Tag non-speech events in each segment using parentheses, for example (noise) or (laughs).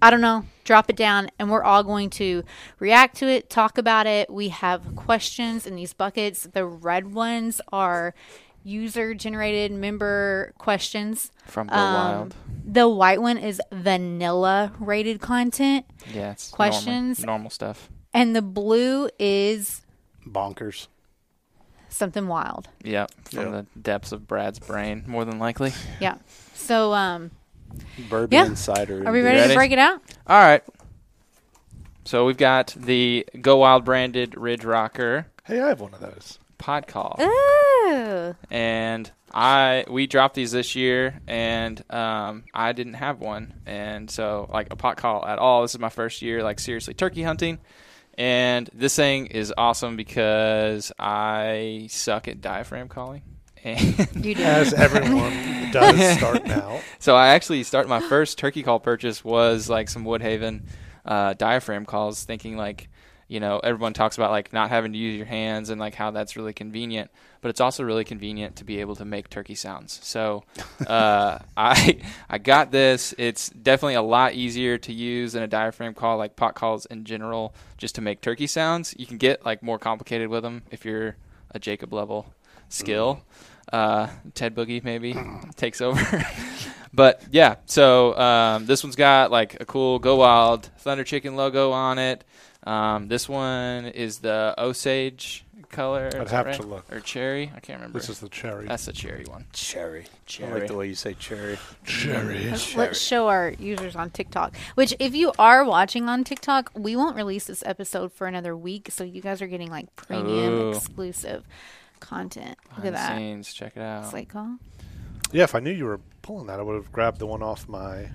I don't know. Drop it down, and we're all going to react to it, talk about it. We have questions in these buckets. The red ones are user generated member questions. From the Um, wild. The white one is vanilla rated content, Yeah, it's normal- questions? Normal, stuff. and the blue is Bonkers. something wild. Yep. From Yep. the depths of Brad's brain, more than likely. Yeah. So, um, Bourbon Yeah. and cider. are we and ready, ready? to break it out? All right. So we've got the Go Wild branded Ridge Rocker beer. Hey, I have one of those. pod call. Ooh. and I we dropped these this year, and um, I didn't have one, and so like a pot call at all. This is my first year, like seriously turkey hunting, and this thing is awesome because I suck at diaphragm calling, (laughs) and You do. As everyone (laughs) does start now. so I actually start my first turkey call purchase was like some Woodhaven uh, diaphragm calls, thinking like. You know, everyone talks about like not having to use your hands and like how that's really convenient, but it's also really convenient to be able to make turkey sounds. So, uh, I I got this. It's definitely a lot easier to use than a diaphragm call, like pot calls in general, just to make turkey sounds. You can get like more complicated with them if you're a Jacob level skill. Uh, Ted Boogie maybe takes over. (laughs) but yeah, so um, this one's got like a cool Go Wild Thunder Chicken logo on it. Um, this one is the Osage color. is I'd that have right? to look. Or cherry. I can't remember. This is the cherry. That's the cherry one. cherry. I Cherry. like the way you say cherry. Cherry. Let's show our users on TikTok. Which, if you are watching on TikTok, we won't release this episode for another week, so you guys are getting like premium Ooh. exclusive. content. Look at Behind the that. oh, scenes, check it out. Slate call. Yeah, if I knew you were pulling that, I would have grabbed the one off my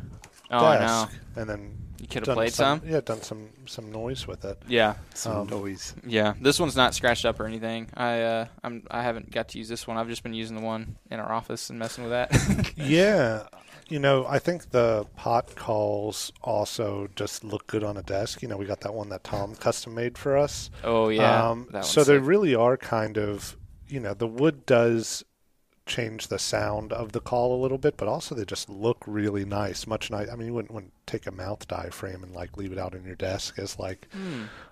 oh, I know. desk and then You could have done played some, some. Yeah, done some some noise with it. Um, Yeah, Some noise. yeah. This one's not scratched up or anything. I uh, I'm I haven't got to use this one. I've just been using the one in our office and messing with (laughs) that. Yeah, you know, I think the pot calls also just look good on a desk. You know, we got that one that Tom custom made for us. oh yeah. Um, that so one's they sick. really are kind of, you know, the wood does change the sound of the call a little bit, but also they just look really nice. Much nice. I mean, you wouldn't, wouldn't take a mouth diaphragm and like leave it out on your desk as like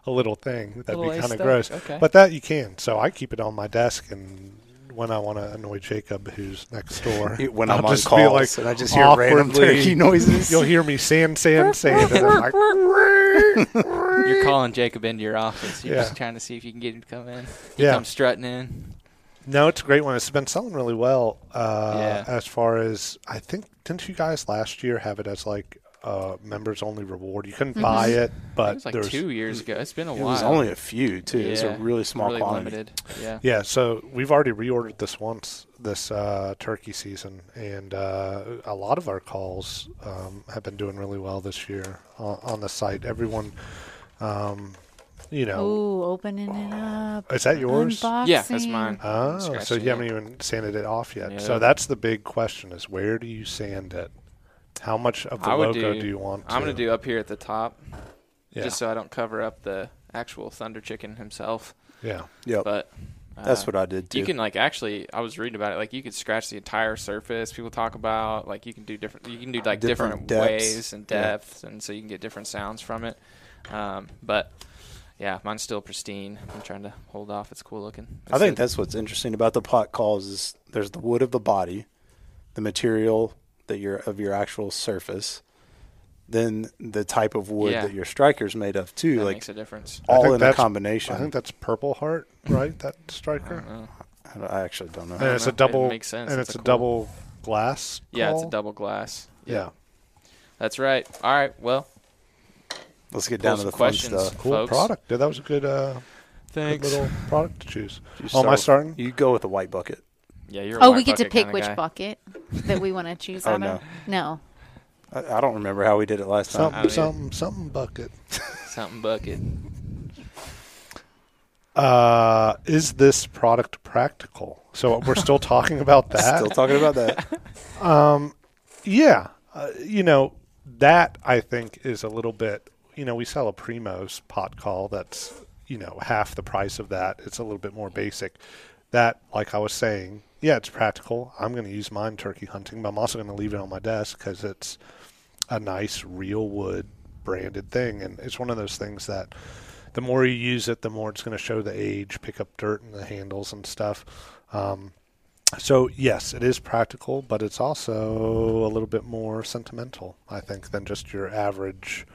a little thing. That'd Hmm. Little be ace kind of stuff? gross. Okay. But that you can. So I keep it on my desk and. When I want to annoy Jacob, who's next (laughs) door, when I'll I'm on just be calls like and I just hear random awkwardly- turkey (laughs) noises. You'll hear me sand, sand, sand, and I'm like, You're calling Jacob into your office. You're Eh. Yeah. just trying to see if you can get him to come in. He Yeah. comes strutting in. No, it's a great one. It's been selling really well. Uh, Yeah. As far as I think, didn't you guys last year have it as like uh, members only reward? You couldn't buy it, but It was like there's two years ago. It's been a It while. was only a few too. It was a Yeah, really small really quantity. Limited. Yeah. yeah. So we've already reordered this once this uh, turkey season, and uh, a lot of our calls um, have been doing really well this year on, on the site. Everyone, um, you know, Ooh, opening it up. is that yours? Unboxing. Oh. Yeah, that's mine. Oh, so Scratching you haven't it. even sanded it off yet. No. So that's the big question: is where do you sand it? How much of the I would logo do- do, you want? To? I'm gonna do up here at the top, Yeah, just so I don't cover up the actual Thunder Chicken himself. yeah, Yep, But uh, that's what I did too. You can like actually, I was reading about it. Like you could scratch the entire surface. People talk about like you can do different. You can do like different, Different depths. ways and Yeah. depths, and so you can get different sounds from it. Um, but yeah, mine's still pristine. I'm trying to hold off. It's cool looking. I think It's a- that's what's interesting about the pot calls is there's the wood of the body, the material that you're of your actual surface, then the type of wood Yeah. that your striker's made of too, that like makes a difference. I think all in a that's- combination. I think that's Purple Heart, right? That striker. Uh, I don't- I actually don't know. And it's know. a double. It makes sense. And It's it's, a a, cool- double glass. yeah, it's a call? double glass. Yeah. That's right. All right. Well, Let's get pull down to some the questions. fun stuff. Cool folks. product. Yeah, that was a good, uh, good Thanks. little product to choose. You Oh, am I start- starting? You go with the white bucket. Yeah, you're. a Oh, wide we get to bucket pick kinda which guy. bucket that we want to choose Oh, out of. No. I, I don't remember how we did it last time. Something, either. something, something bucket. (laughs) Something bucket. Uh, is this product practical? So we're still talking about that. (laughs) (laughs) Still talking (laughs) about that. Yeah, uh, you know that I think is a little bit. You know, we sell a Primos pot call that's you know half the price of that. It's a little bit more basic. That, like I was saying, yeah, it's practical. I'm going to use mine turkey hunting, but I'm also going to leave it on my desk because it's a nice real wood branded thing, and it's one of those things that the more you use it, the more it's going to show the age, pick up dirt in the handles and stuff. Um, so yes, it is practical, but it's also a little bit more sentimental, I think, than just your average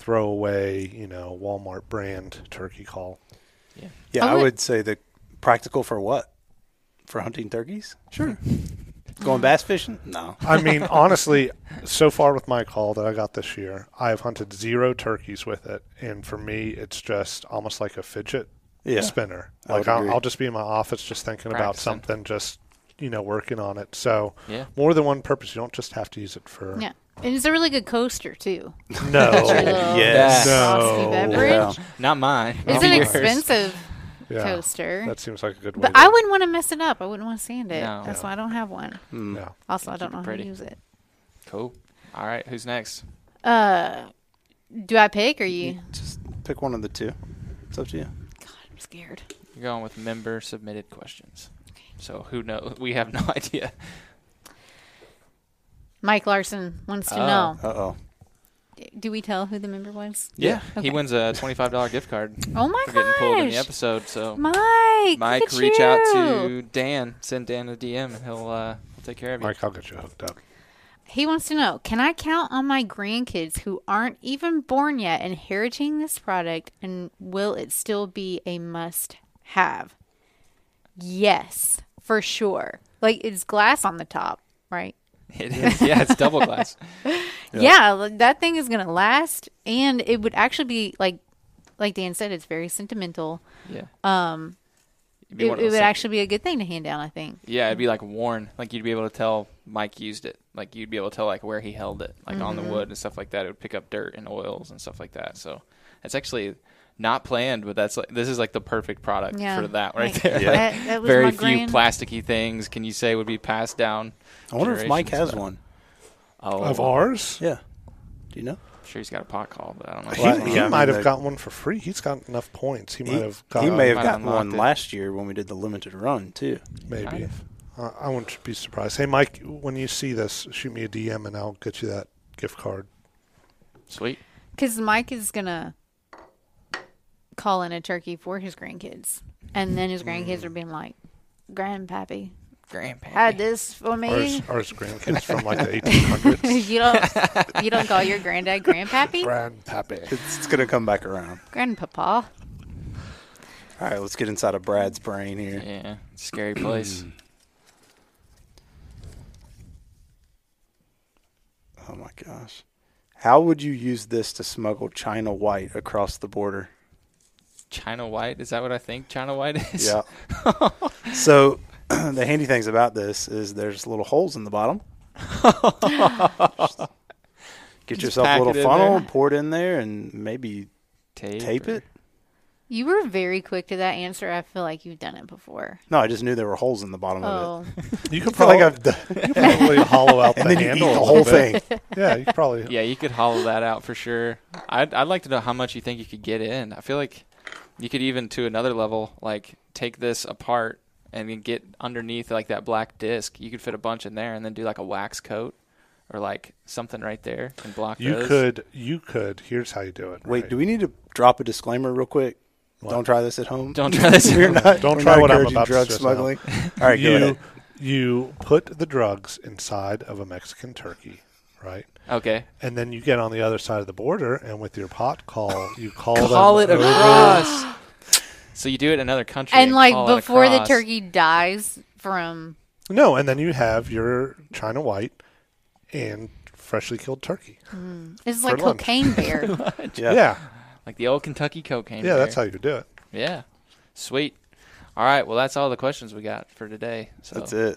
throwaway, you know, Walmart brand turkey call. Yeah, I I would- would say the practical for what? For hunting turkeys? Sure. Going bass fishing? No. I mean, honestly, so far with my call that I got this year, I've hunted zero turkeys with it, and for me, it's just almost like a fidget Yeah. spinner. I would Like I'll, agree. I'll just be in my office, just thinking about Practicing. something, just you know, working on it. So Yeah. more than one purpose. You don't just have to use it for Yeah. And it's a really good coaster too. Oh, Your (laughs) no. little yes. frosty No. beverage. Not mine. It's an expensive Yeah. coaster. That seems like a good way. but to- I wouldn't want to mess it up. I wouldn't want to sand it. No. That's why I don't have one. Yeah. Also, I don't it know how to pretty. use it. Cool. All right. Who's next? Uh, do I pick or you? Just pick one of the two. It's up to you. God, I'm scared. You're going with member submitted questions. So who knows? (laughs) We have no idea. Mike Larson wants to Oh. know. Uh oh. Do we tell who the member was? Yeah. He wins a twenty-five (laughs) dollar gift card Oh my for getting pulled in the gosh, episode. So Mike! Mike, look at reach out you. to Dan. Send Dan a DM, and he'll uh, he'll take care of you. Mike, I'll get you hooked up. He wants to know Can I count on my grandkids who aren't even born yet inheriting this product, and will it still be a must have? Yes, for sure. Like it's glass on the top, right? (laughs) It is. Yeah, it's double (laughs) glass. Yeah, like, that thing is going to last, and it would actually be like, like Dan said, it's very sentimental. Yeah. Um, It'd It, be it one of those would things- actually be a good thing to hand down, I think. Yeah, it'd be like worn. Like you'd be able to tell Mike used it. Like you'd be able to tell like where he held it, like on the Mm-hmm. wood and stuff like that. It would pick up dirt and oils and stuff like that. So it's actually not planned, but that's like this is like the perfect product Yeah. for that right Like, there. Yeah. Like, (laughs) that- that was very my few grand- plasticky things can you say would be passed down. I wonder if Mike has generations. one. Oh, Of ours? Yeah. Do you know? I'm sure he's got a pot call, but I don't know. Uh-huh. He, Well, he yeah, I mean, might the- have gotten one for free. He's got enough points. He, might have he gotten may have Might gotten unlocked one it. last year when we did the limited run too. maybe. Kind of. Uh, I wouldn't be surprised. Hey, Mike, when you see this, shoot me a DM and I'll get you that gift card. Sweet. Because Mike is going to call in a turkey for his grandkids. And then his grandkids Mm. are being like, Grandpappy Grandpa. had this for Ours, me. ours grandkids from like (laughs) the 1800s. you don't you don't call (laughs) your granddad Grandpappy? Grandpappy. It's, it's gonna come back around. Grandpapa. All right, let's get inside of Brad's brain here. Yeah. Scary (clears throat) place. Oh my gosh. How would you use this to smuggle China white across the (laughs) border? China White, is that what I think China White is? Yeah. so (clears throat) the handy things about this is there's little holes in the (laughs) bottom. Get yourself pack a it little in funnel, there. pour it in there, and maybe (laughs) Tape, tape or- it. You were very quick to that answer. I feel like you've done it before. No, I just knew there were holes in the bottom of Oh, You could probably, like (laughs) you could probably hollow out (laughs) it. And the then you eat handle the a whole little bit. thing. (laughs) Yeah, you could probably. Yeah, you could hollow that out for sure. I'd I'd like to know how much you think you could get in. I feel like you could even to another level, like take this apart and then get underneath like that black disc. You could fit a bunch in there and then do like a wax coat or like something right there and block You those. could. You could. Here's how you do it. Wait, right? do we need to drop a disclaimer real quick? Don't try this at home. Don't try this. (laughs) We're not- Don't we're try not what I'm encouraging about to drug stress out. smuggling. All right, go you ahead. you put the drugs inside of a Mexican turkey, right? Okay. And then you get on the other side of the border, and with your pot call, you call, Call it them over. across. (gasps) so you do it in another country. and like call it before the across. turkey dies from No, and then you have your China White and freshly killed turkey. it's like For lunch. cocaine (laughs) bear. (laughs) Yeah. Yeah, like the old Kentucky cocaine. yeah, that's bear. how you do it. Yeah. Sweet. All right. Well, that's all the questions we got for today. So That's it.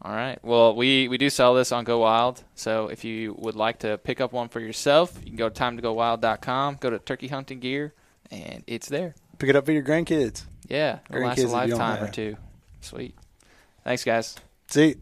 All right. Well, we, we do sell this on Go Wild. So if you would like to pick up one for yourself, you can go to timetogowild.com, go to turkey hunting gear, and it's there. Pick it up for your grandkids. Yeah. It'll Grandkids last a if you don't lifetime have or it. two. Sweet. Thanks, guys. See.